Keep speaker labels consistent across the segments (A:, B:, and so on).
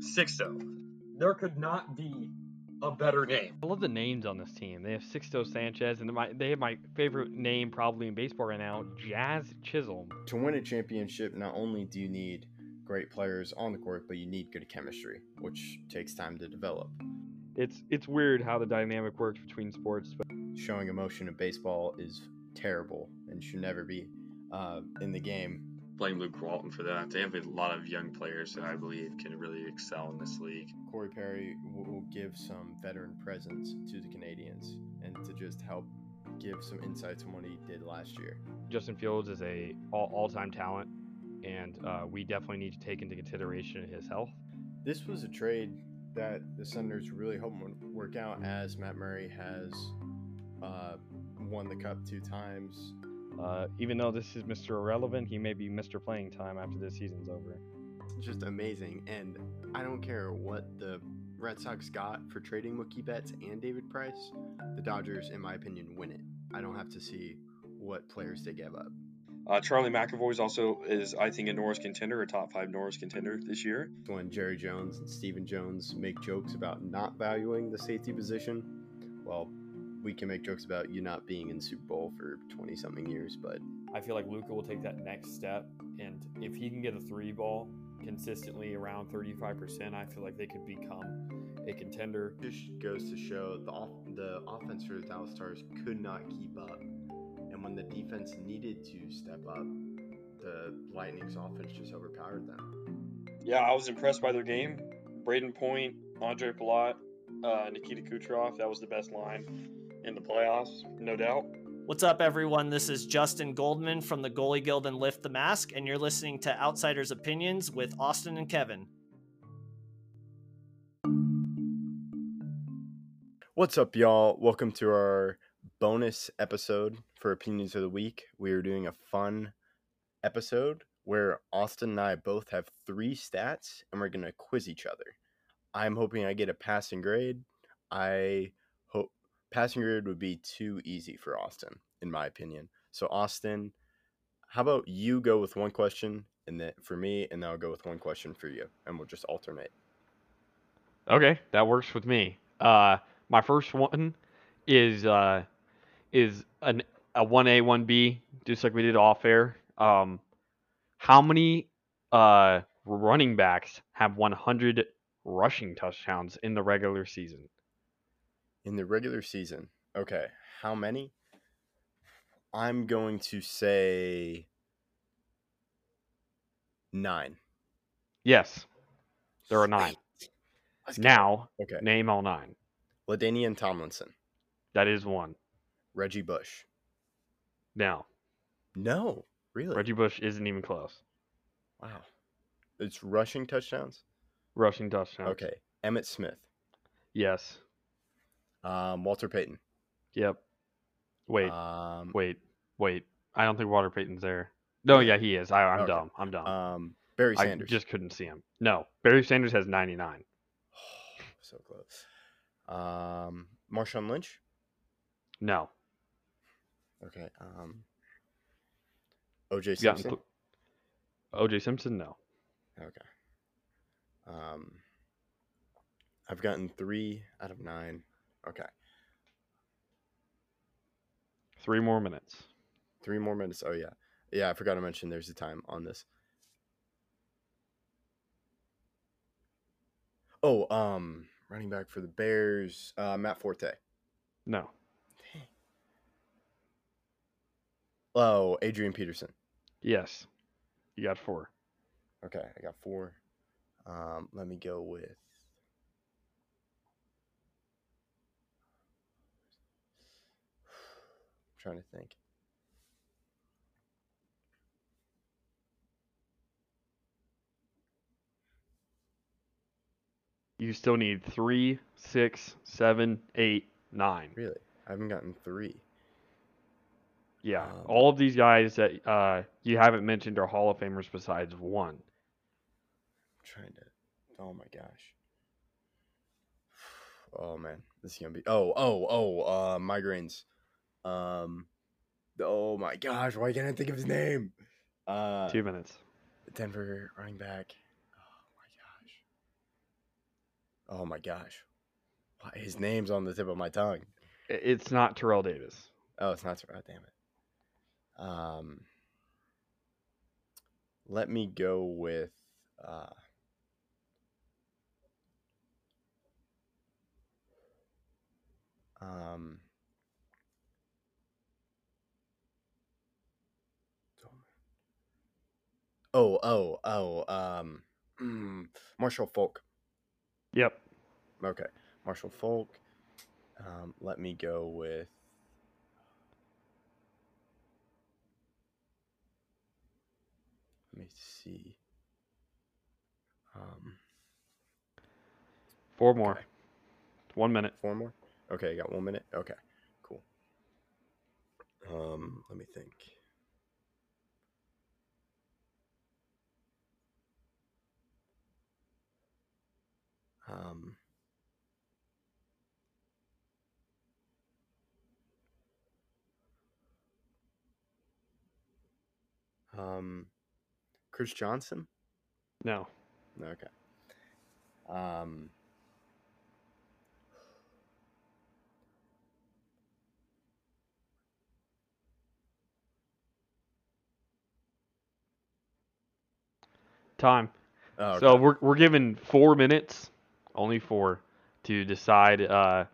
A: Sixto. There could not be a better name.
B: I love the names on this team. They have Sixto Sanchez, and my, they have my favorite name probably in baseball right now, Jazz Chisholm.
C: To win a championship, not only do you need great players on the court, but you need good chemistry, which takes time to develop.
B: It's it's weird how the dynamic works between sports. But
C: Showing emotion in baseball is terrible and should never be uh, in the game.
D: Blame Luke Walton for that. They have a lot of young players that I believe can really excel in this league.
C: Corey Perry will will give some veteran presence to the Canadians and to just help give some insights on what he did last year.
B: Justin Fields is a all all time talent, and uh, we definitely need to take into consideration his health.
C: This was a trade that the Senators really hoping would work out, as Matt Murray has uh, won the Cup two times.
B: Uh, even though this is Mr. Irrelevant, he may be Mr. Playing Time after this season's over.
C: Just amazing, and I don't care what the Red Sox got for trading Mookie Betts and David Price. The Dodgers, in my opinion, win it. I don't have to see what players they gave up.
D: Uh, Charlie McAvoy's also is, I think, a Norris contender, a top five Norris contender this year.
C: When Jerry Jones and Stephen Jones make jokes about not valuing the safety position, well, we can make jokes about you not being in Super Bowl for 20 something years, but
E: I feel like Luca will take that next step, and if he can get a three ball consistently around 35%, I feel like they could become a contender.
C: just goes to show the off- the offense for the Dallas Stars could not keep up, and when the defense needed to step up, the Lightning's offense just overpowered them.
D: Yeah, I was impressed by their game. Braden Point, Andre Palat, uh, Nikita Kucherov. That was the best line in the playoffs, no doubt.
F: What's up, everyone? This is Justin Goldman from the Goalie Guild and Lift the Mask, and you're listening to Outsiders Opinions with Austin and Kevin.
C: What's up, y'all? Welcome to our bonus episode for Opinions of the Week. We are doing a fun episode where Austin and I both have three stats and we're going to quiz each other. I'm hoping I get a passing grade. I hope passing grade would be too easy for Austin, in my opinion. So, Austin, how about you go with one question and then for me, and then I'll go with one question for you, and we'll just alternate.
B: Okay, that works with me. Uh, my first one is uh, is an a one A one B, just like we did off air. Um, how many uh running backs have 100 rushing touchdowns in the regular season?
C: In the regular season. Okay. How many? I'm going to say nine.
B: Yes, there are nine. Now
C: Okay.
B: name all nine.
C: Ladanian Tomlinson,
B: That is one.
C: Reggie Bush.
B: Now
C: No, really?
B: Reggie Bush isn't even close.
C: Wow. It's rushing touchdowns.
B: Rushing touchdowns.
C: Okay. Emmett Smith,
B: Yes.
C: um, Walter Payton.
B: Yep. Wait.
C: Um,
B: Wait, wait. I don't think Walter Payton's there. No, yeah, he is. I, I'm
C: Okay.
B: dumb. I'm dumb.
C: um, Barry
B: I
C: Sanders.
B: just couldn't see him. No, Barry Sanders has 99.
C: so close. Um, Marshawn Lynch.
B: No,
C: Okay. Um, OJ
B: you got
C: Simpson.
B: OJ Simpson. No,
C: Okay. Um, I've gotten three out of nine. Okay,
B: three more minutes.
C: three more minutes. Oh yeah, yeah. I forgot to mention there's a time on this. Oh, um, running back for the Bears, uh, Matt Forte.
B: No,
C: Oh, Adrian Peterson.
B: yes, you got four.
C: Okay, I got four. Um, let me go with. trying to think.
B: You still need three, six, seven, eight, nine.
C: Really, I haven't gotten three.
B: Yeah,
C: Um,
B: all of these guys that uh, you haven't mentioned are Hall of Famers besides one.
C: trying to. Oh my gosh. Oh man, this is gonna be. Oh oh oh. Uh, migraines. Um. Oh my gosh, why can't I think of his name? Uh,
B: Two minutes.
C: Denver running back. Oh my gosh. Oh my gosh, Why- his name's on the tip of my tongue.
B: I- It's not Terrell Davis.
C: Oh, it's not. Oh, damn it. Um, let me go with. Uh, um. Oh, oh, oh. Um, mm, Marshall Folk.
B: Yep.
C: Okay, Marshall Folk. Um, let me go with. Let me see. Um,
B: Four more.
C: Okay.
B: One minute.
C: four more. Okay, I got one minute. Okay, cool. Um, let me think. Um. Um, Chris Johnson.
B: No.
C: Okay. Um.
B: Time.
C: Oh,
B: So
C: okay.
B: we're we're given four minutes, only four, to decide uh,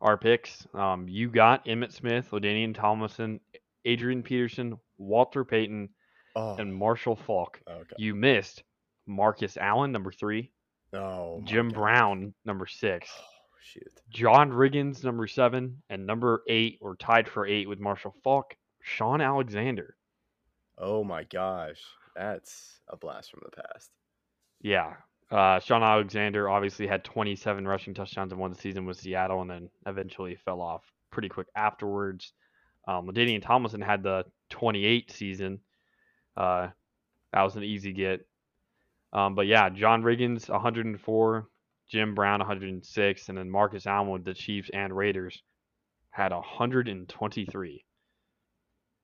B: our picks. Um, you got Emmett Smith, Ladainian Tomlinson, Adrian Peterson, Walter Payton,
C: oh,
B: and Marshall Falk.
C: okay.
B: You missed Marcus Allen, number three,
C: Oh, my
B: Jim
C: God.
B: Brown, number six,
C: Oh shoot.
B: John Riggins, number seven, and number eight, or tied for eight with Marshall Falk, Sean Alexander.
C: Oh my gosh. That's a blast from the past.
B: Yeah. Uh, Sean Alexander obviously had 27 rushing touchdowns in one season with Seattle and then eventually fell off pretty quick afterwards. Um, Ladainian Tomlinson had the 28 season. Uh, that was an easy get. Um, but yeah, John Riggins, 104, Jim Brown, 106, and then Marcus Allen with the Chiefs and Raiders had 123.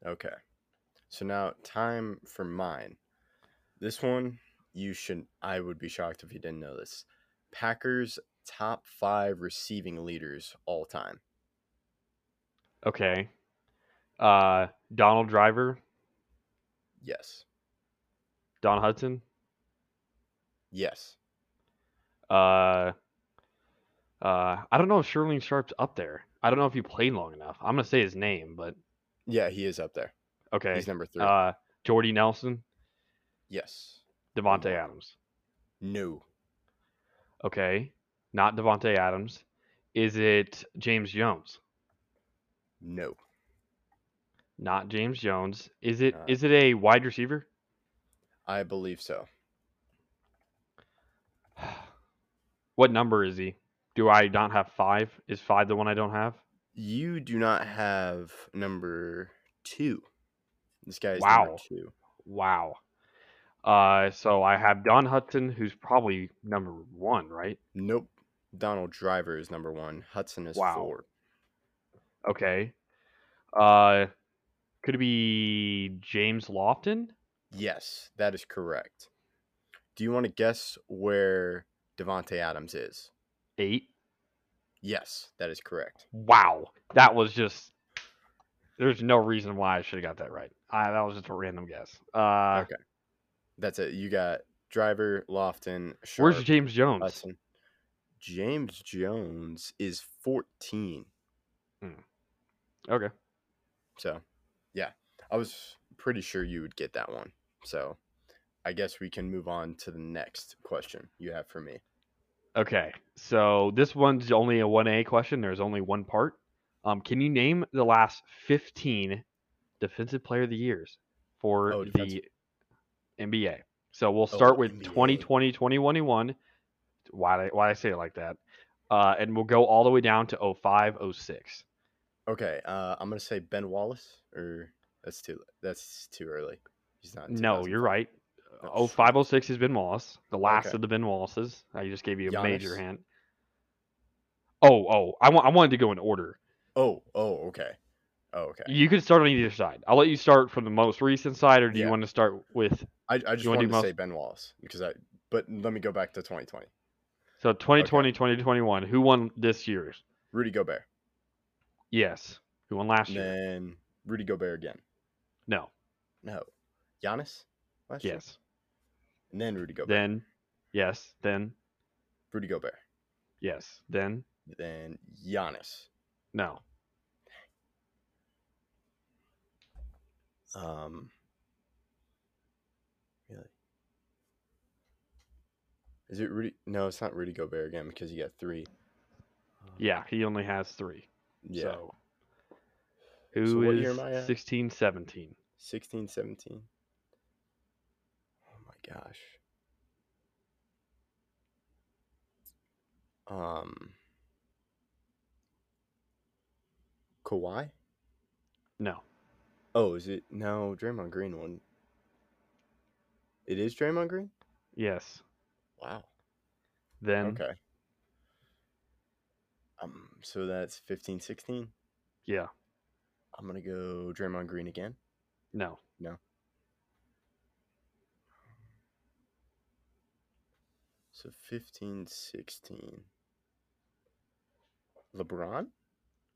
C: Okay. So now time for mine. This one you should I would be shocked if you didn't know this. Packers top 5 receiving leaders all time.
B: Okay. Uh, Donald Driver,
C: Yes.
B: Don Hudson,
C: Yes.
B: Uh, uh, I don't know if Sherling Sharp's up there. I don't know if he played long enough. I'm gonna say his name, but
C: Yeah, he is up there.
B: okay.
C: He's number 3.
B: Uh, Jordy Nelson,
C: yes.
B: Devonte
C: Wow.
B: Adams.
C: No.
B: Okay, not Devonte Adams. Is it James Jones?
C: No.
B: Not James Jones. Is it? Is
C: Uh,
B: it a wide receiver?
C: I believe so.
B: What number is he? Do I not have five? Is five the one I don't have?
C: You do not have number 2. This guy is
B: Wow.
C: number 2.
B: Wow. Uh, so I have Don Hudson, who's probably number one, right?
C: Nope. Donald Driver is number one. Hudson is
B: Wow.
C: four.
B: Okay. Uh, could it be James Lofton?
C: Yes, that is correct. Do you want to guess where Devonte Adams is?
B: Eight.
C: Yes, that is correct.
B: Wow, that was just. There's no reason why I should have got that right. I, that was just a random guess. Uh,
C: Okay. That's it. You got Driver, Lofton, Sharp,
B: where's James Jones?
C: Hudson. James Jones is 14.
B: Okay.
C: So, yeah, I was pretty sure you would get that one. So, I guess we can move on to the next question you have for me.
B: Okay. So this one's only a one A question. There's only one part. Um, can you name the last 15 defensive player of the years for
C: Oh, defensive-
B: the NBA? So we'll start with
C: NBA.
B: 2020, 2021. Why did I- why did I say it like that? Uh, and we'll go all the way down to 05, 06.
C: Okay, uh, I'm gonna say Ben Wallace, or that's too that's too early. He's not. in
B: No, you're
C: 2005.
B: right.
C: Oh,
B: Oh,
C: shoot.
B: 05, 06 is Ben Wallace, the last
C: Okay.
B: of the Ben Wallaces. I just gave you a major
C: Giannis?
B: hint. Oh, oh, I, wa- I wanted to go in order.
C: Oh, oh, okay, oh, okay.
B: You could start on either side. I'll let you start from the most recent side, or do
C: Yeah.
B: you want to start with?
C: I, I just
B: wanna do
C: wanted to
B: most-
C: say Ben Wallace because I. But let me go back to 2020.
B: So So 2020, 2021. Who won this year's?
C: Rudy Gobert.
B: Yes. Who won last
C: And
B: year?
C: then Rudy Gobert again.
B: No.
C: No. Giannis last year.
B: Yes.
C: And then Rudy Gobert.
B: Then, yes. Then,
C: Rudy Gobert.
B: yes. Then,
C: Then Giannis.
B: no.
C: Um Really? Is it Rudy? No, it's not Rudy Gobert again because you got three. Uh-huh.
B: Yeah, he only has three.
C: Yeah.
B: So,
C: So
B: who
C: what
B: is
C: year am I at?
B: 16, 17?
C: 16, 17. Oh my gosh. Um Kawhi?
B: No.
C: Oh, is it no Draymond Green one? It is Draymond Green?
B: Yes.
C: Wow.
B: Then,
C: Okay. Um so that's 15 16.
B: yeah.
C: I'm going to go Draymond Green again.
B: No.
C: So 15 16. LeBron?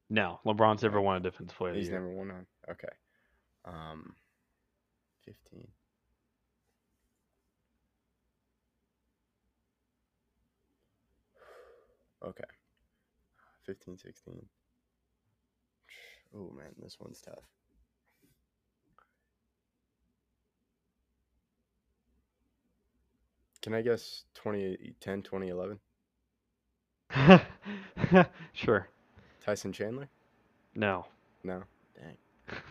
B: No. LeBron's never won a defensive player. of the
C: He's
B: year.
C: never won on. Okay. Um, 15. Okay. 15, 16. Oh, man, this one's tough. Can I guess 2010, 2011?
B: sure.
C: Tyson Chandler?
B: No.
C: No. Dang.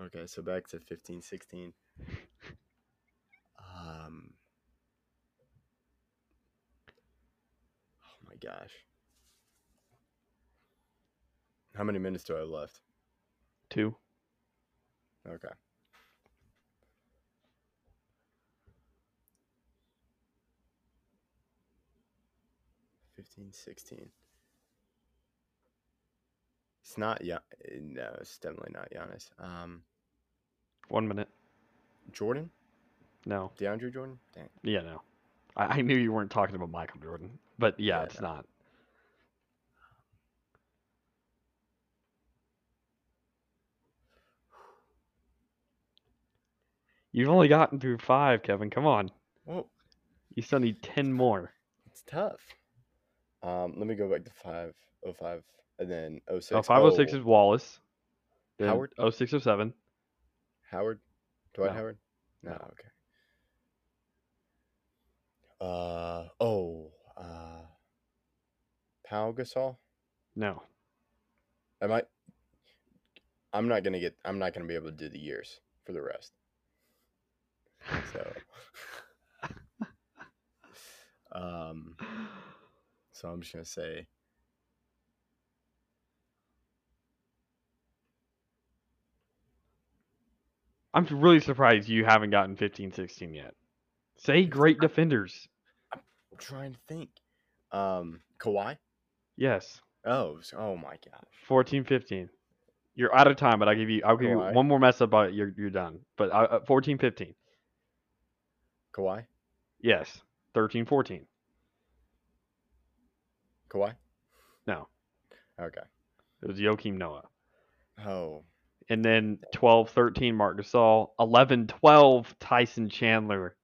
C: Okay, so back to 15, 16. Um, oh my gosh. How many minutes do I have left?
B: Two.
C: Okay. Fifteen, sixteen. It's not yeah. No, it's definitely not Giannis. Um,
B: One minute.
C: Jordan,
B: No.
C: DeAndre Jordan. Dang.
B: Yeah, no. I, I knew you weren't talking about Michael Jordan, but yeah,
C: Yeah,
B: it's
C: no.
B: not. You've only gotten through five, Kevin. Come on.
C: Well,
B: You still need ten more.
C: it's tough. Um, let me go back to five oh five, and then oh six.
B: So 506 is Wallace. Then oh,
C: Howard?
B: 06 or 07.
C: Howard? Dwight
B: No.
C: Howard? No,
B: No.
C: okay. Uh oh, uh Pau Gasol?
B: No.
C: Am I I'm not gonna get I'm not gonna be able to do the years for the rest. So um so I'm just gonna say
B: I'm really surprised you haven't gotten 15 16 yet. Say great defenders.
C: I'm trying to think. Um Kawhi?
B: Yes.
C: Oh, s- oh my gosh.
B: 14 15 you're out of time but i'll give you i'll give you
C: Kawhi.
B: one more mess up but you're, you're done but uh, uh, 14 15
C: Kawhi?
B: yes 13 14
C: Kawhi?
B: No.
C: Okay.
B: it was Joakim noah
C: Oh.
B: and then 12 13 mark gasol 11 12 tyson chandler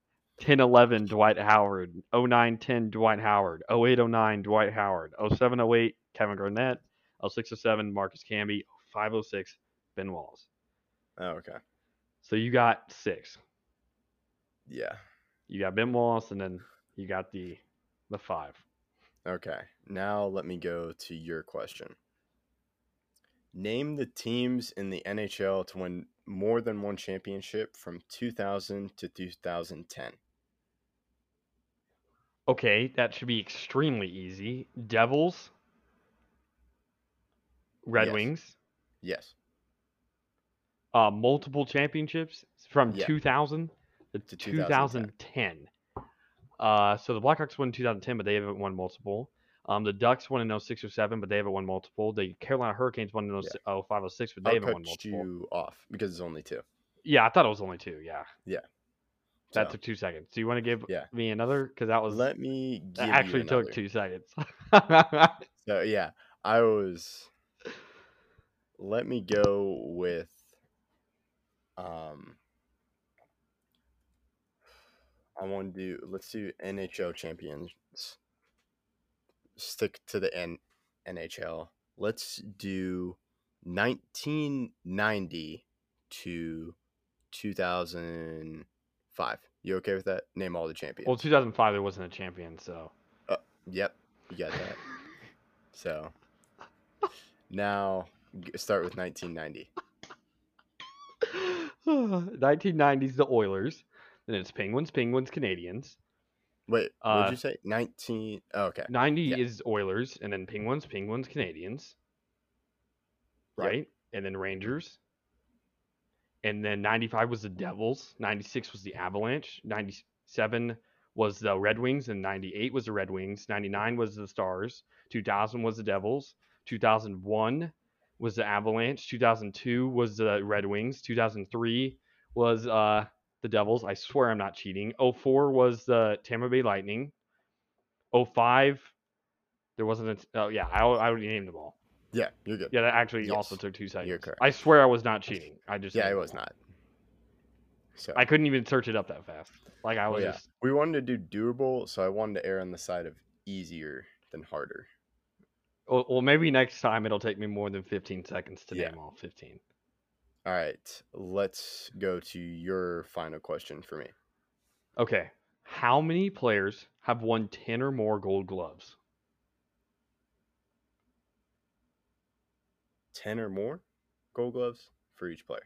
B: 10 11 dwight howard 09 10 dwight howard Oh, 08 09 dwight howard Oh, 07 08 kevin garnett Oh, 06 07 marcus camby Oh, 05 06 ben walls
C: Oh, okay.
B: so you got six
C: Yeah.
B: you got ben walls and then you got the the five
C: Okay, now let me go to your question. Name the teams in the NHL to win more than one championship from 2000 to 2010.
B: Okay, that should be extremely easy. Devils, Red
C: Yes.
B: Wings,
C: Yes,
B: uh, multiple championships from
C: Yeah.
B: 2000 to
C: To 2010.
B: 2010. Uh, so the Blackhawks won in 2010, but they haven't won multiple. Um, the Ducks won in 06 or 07, but they haven't won multiple. The Carolina Hurricanes won in 05 or 06, but they
C: I
B: haven't won
C: punched
B: multiple.
C: you off because it's only two.
B: Yeah, I thought it was only two. Yeah.
C: Yeah.
B: That
C: So,
B: took two seconds. Do you want to give
C: Yeah.
B: me another? Because that was
C: let me give
B: that
C: you
B: actually
C: another.
B: took two seconds.
C: So yeah, I was. Let me go with. Um. I want to do. Let's do NHL champions. Stick to the N- NHL. Let's do 1990 to 2005. You okay with that? Name all the champions.
B: well, 2005 there wasn't a champion, so
C: Yep, you got that. So now g- start with 1990.
B: 1990s the Oilers, then it's Penguins, Penguins, Canadians.
C: Wait, what
B: Uh,
C: did you say? 19. Oh, okay,
B: 90
C: Yeah.
B: is Oilers, and then Penguins, Penguins, Canadians,
C: Yep.
B: right? And then Rangers. And then 95 was the Devils, 96 was the Avalanche, 97 was the Red Wings, and 98 was the Red Wings, 99 was the Stars, 2000 was the Devils, 2001 was the Avalanche, 2002 was the Red Wings, 2003 was uh, the Devils. I swear I'm not cheating. 04 was the Tampa Bay Lightning, 05 Oh, there wasn't a t- oh yeah i, al- I already named them all
C: yeah, you're good.
B: yeah that actually also
C: Yes,
B: took two seconds
C: correct.
B: i swear i was not cheating i just
C: yeah,
B: named
C: it
B: them
C: was
B: all.
C: not. So
B: i couldn't even search it up that fast like i
C: Well,
B: was
C: Oh, yeah.
B: just
C: we wanted to do durable, so I wanted to err on the side of easier than harder.
B: well, well maybe next time it'll take me more than 15 seconds to
C: Yeah.
B: name all 15
C: All right, let's go to your final question for me.
B: okay how many players have won 10 or more gold gloves
C: 10 or more gold gloves for each player.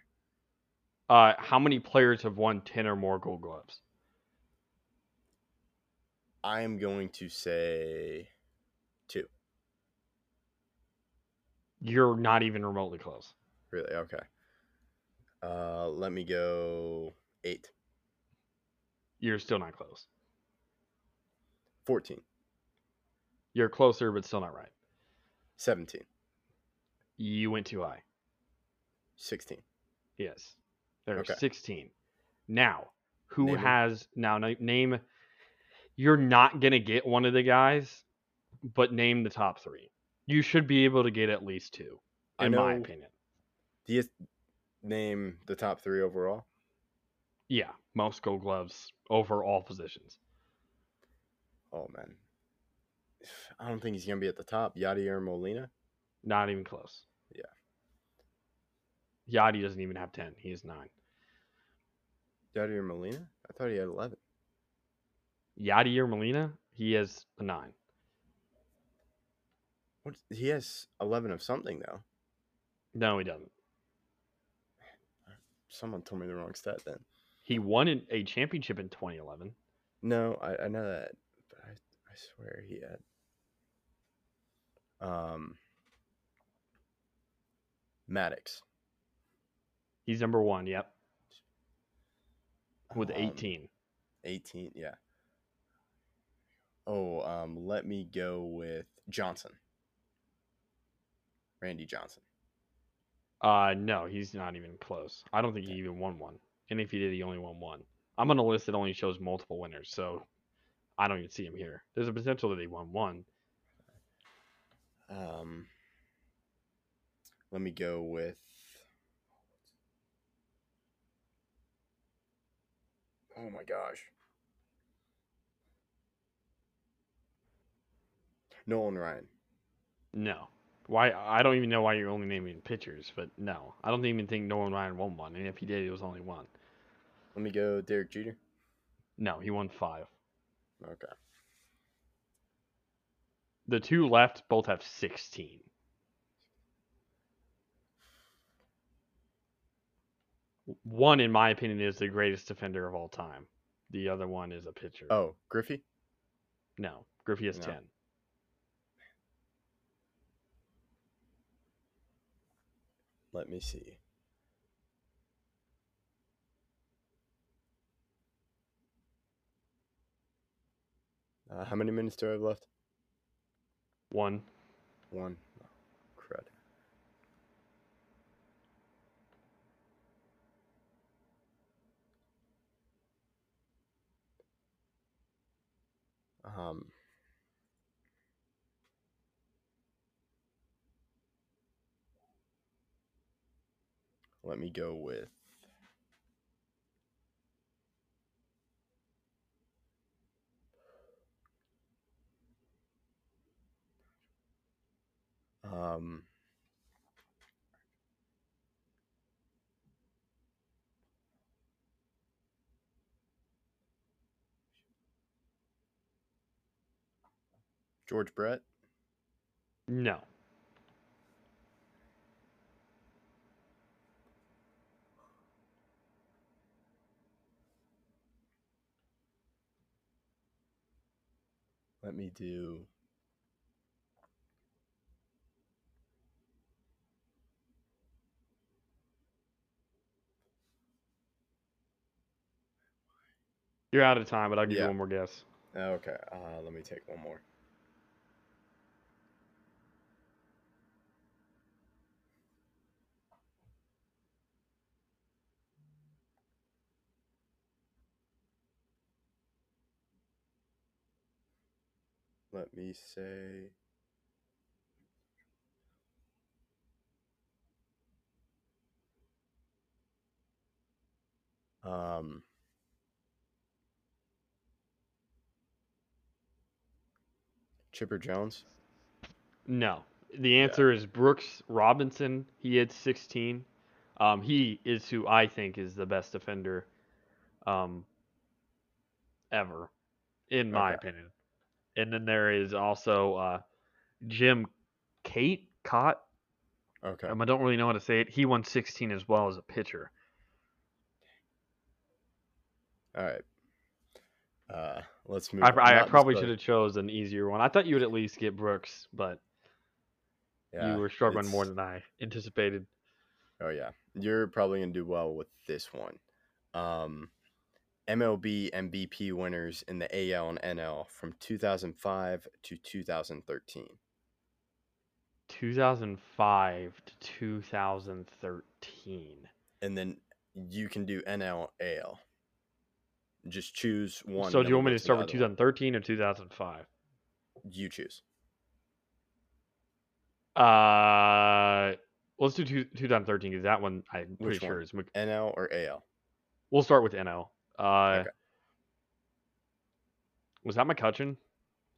B: uh how many players have won 10 or more gold gloves
C: I am going to say two.
B: you're not even remotely close
C: Really? Okay. Uh, let me go eight.
B: you're still not close
C: 14,
B: you're closer but still not right
C: 17,
B: you went too high
C: 16.
B: Yes. There are
C: Okay.
B: 16. Now, who
C: Name 'em.
B: has now na- name you're not going to get one of the guys, but name the top 3. You should be able to get at least two
C: I
B: in my
C: know-
B: opinion.
C: Do you name the top three overall?
B: Yeah, most gold gloves over all positions.
C: Oh, man. I don't think he's going to be at the top. Yadier Molina?
B: Not even close.
C: Yeah.
B: Yachty doesn't even have 10. He is 9.
C: Yadier Molina? I thought he had 11.
B: Yachty or Molina, he has a 9.
C: What? He has 11 of something, though.
B: No, he doesn't.
C: Someone told me the wrong stat then.
B: He won an, a championship in 2011.
C: No, I, I know that, but I, I swear he had. Um, Maddox.
B: He's number 1, yep, with
C: Um,
B: 18.
C: 18 yeah oh um let me go with johnson randy johnson
B: Uh, no, he's not even close. I don't think he even won one. And if he did, he only won one. I'm on a list that only shows multiple winners, so I don't even see him here. There's a potential that he won one.
C: um let me go with oh my gosh nolan ryan
B: No. Why? I don't even know why you're only naming pitchers, but no, I don't even think Nolan Ryan won one. And if he did, it was only one.
C: let me go derek jeter
B: No, he won five.
C: okay
B: The two left both have 16. One, in my opinion, is the greatest defender of all time. The other one is a pitcher.
C: oh griffey
B: No, Griffey has
C: No.
B: ten.
C: let me see uh, how many minutes do i have left
B: One.
C: One. Oh, Crud. Um, let me go with. Um, George Brett.
B: No.
C: Let me do.
B: You're out of time, but I'll give
C: Yeah.
B: you one more guess.
C: Okay, uh, let me take one more. Let me say. Um. Chipper Jones.
B: No. The answer is Brooks Robinson. He had 16. Um, he is who I think is the best defender um, ever, in my opinion. And then there is also uh, Jim Kate Cott.
C: Okay.
B: Um, I don't really know how to say it. He won 16 as well as a pitcher.
C: All right. Uh, let's move.
B: I,
C: on.
B: I- I
C: Not this
B: probably
C: play.
B: should have chose an easier one. I thought you would at least get Brooks, but
C: Yeah,
B: you were struggling more
C: it's-
B: than I anticipated.
C: Oh yeah, you're probably gonna do well with this one. Um, MLB MVP winners in the AL and NL from 2005 to 2013.
B: 2005 to 2013.
C: and then you can do NL AL. Just choose one.
B: so
C: then
B: do you
C: we'll
B: want me
C: go
B: to start with
C: the other one.
B: 2013 or 2005?
C: You choose.
B: Uh, let's do two, 2013 because that one I'm pretty
C: Which
B: sure
C: one?
B: is. Mc-
C: NL or AL?
B: We'll start with NL. Uh,
C: Okay.
B: was that McCutcheon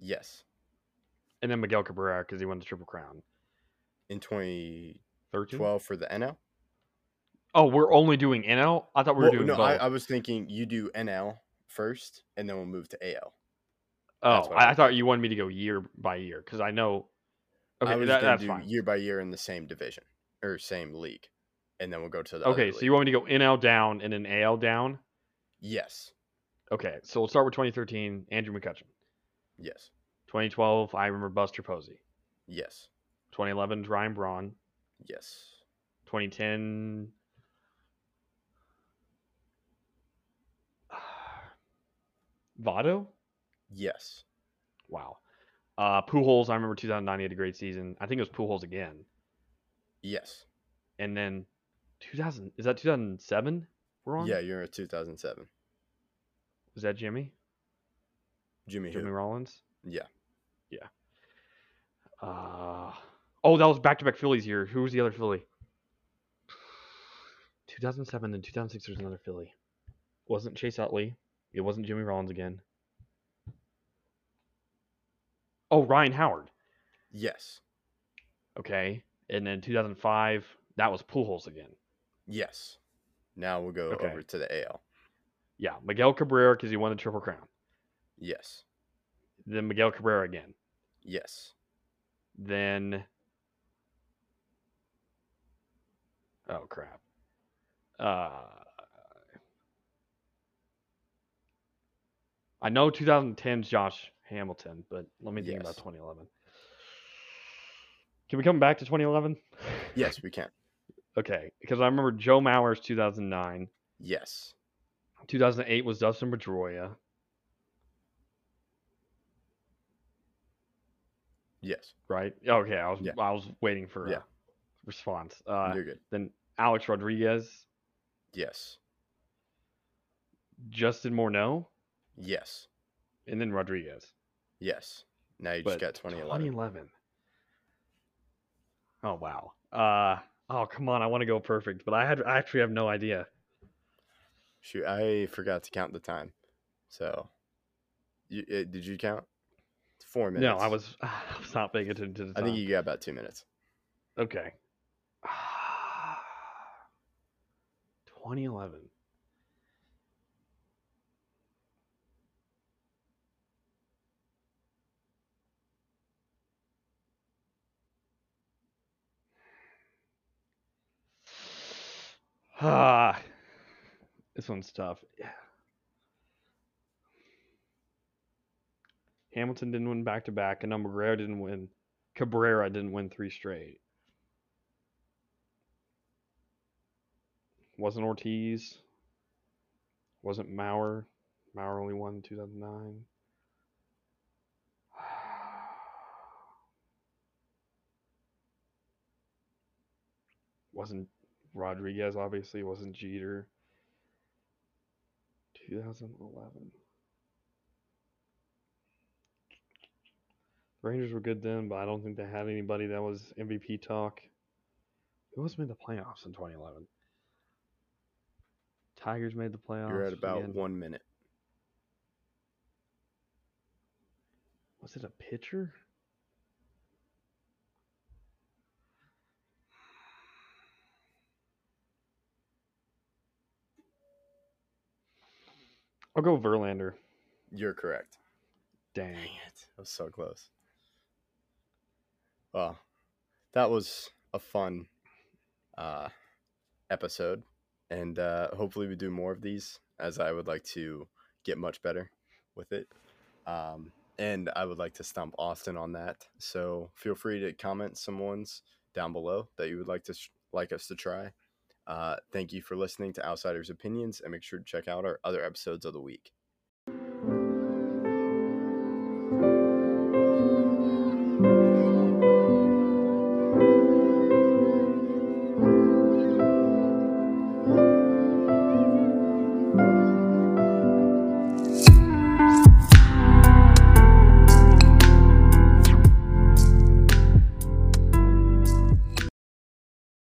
C: Yes.
B: and then Miguel Cabrera because he won the Triple Crown?
C: In 2012
B: 13.
C: for the NL.
B: Oh, we're only doing NL. I thought we were
C: Well,
B: doing
C: no,
B: both.
C: I, I was thinking you do NL first, and then we'll move to AL. that's
B: oh,
C: what I
B: I, I
C: was
B: thought
C: thinking.
B: you wanted me to go year by year because I know.
C: I
B: Okay,
C: was
B: that,
C: gonna
B: that's
C: do
B: fine.
C: year by year in the same division or same league, and then we'll go to the
B: Okay, so you want me to go NL down and then AL down?
C: yes,
B: Okay, so we'll start with 2013, Andrew McCutcheon.
C: yes,
B: 2012, I remember Buster Posey.
C: yes,
B: 2011, Ryan Braun.
C: yes.
B: 2010. Votto?
C: Yes.
B: Wow. Uh, Pujols, I remember 2009, he had a great season. I think it was Pujols again.
C: Yes.
B: And then 2000, is that 2007 we're on?
C: Yeah, you're in 2007.
B: Was that Jimmy?
C: Jimmy,
B: Jimmy
C: Jimmy
B: Rollins?
C: Yeah.
B: Uh, oh, that was back to back Phillies here. Who was the other Philly? 2007 and 2006 there was another Philly. Wasn't Chase Utley. It wasn't Jimmy Rollins again. Oh, Ryan Howard.
C: Yes.
B: Okay. And then 2005, that was Pujols again.
C: Yes. Now we'll go
B: Okay.
C: over to the AL.
B: Yeah, Miguel Cabrera because he won the Triple Crown.
C: Yes.
B: Then Miguel Cabrera again.
C: Yes.
B: Then. Oh, crap. Uh, I know 2010's Josh Hamilton, but let me think about
C: Yes.
B: 2011. Can we come back to 2011?
C: Yes, we can.
B: Okay, because I remember Joe Mauer's 2009.
C: Yes.
B: 2008 was Dustin Pedroia.
C: Yes.
B: right? Okay, I was
C: Yeah.
B: I was waiting for a
C: Yeah.
B: response. Uh,
C: You're good.
B: then Alex Rodriguez,
C: Yes.
B: Justin Morneau,
C: Yes.
B: and then Rodriguez.
C: Yes. Now you
B: but
C: just got 2011.
B: 2011. Oh wow. Uh oh come on, I want to go perfect, but I had I actually have no idea.
C: Shoot, I forgot to count the time. So, you, uh, did you count? It's Four minutes.
B: No, I was I was not paying attention to the
C: I
B: time.
C: think you got about two minutes.
B: Okay. 2011. Ah, this one's tough. Yeah. Hamilton didn't win back to back, and Umbrera didn't win. Cabrera didn't win three straight. Wasn't Ortiz. Wasn't Maurer. Maurer only won in 2009. Wasn't Rodriguez, obviously. Wasn't Jeter. 2011. Rangers were good then, but I don't think they had anybody that was MVP talk. Who else made the playoffs in 2011? Tigers made the playoffs.
C: You're at about
B: again.
C: one minute.
B: Was it a pitcher? I'll go Verlander.
C: You're correct.
B: Dang.
C: it. That was so close. Well, that was a fun uh, episode. And uh, hopefully, we do more of these as I would like to get much better with it. Um, and I would like to stump Austin on that. So feel free to comment some ones down below that you would like to sh- like us to try. Uh, thank you for listening to Outsiders Opinions and make sure to check out our other episodes of the week.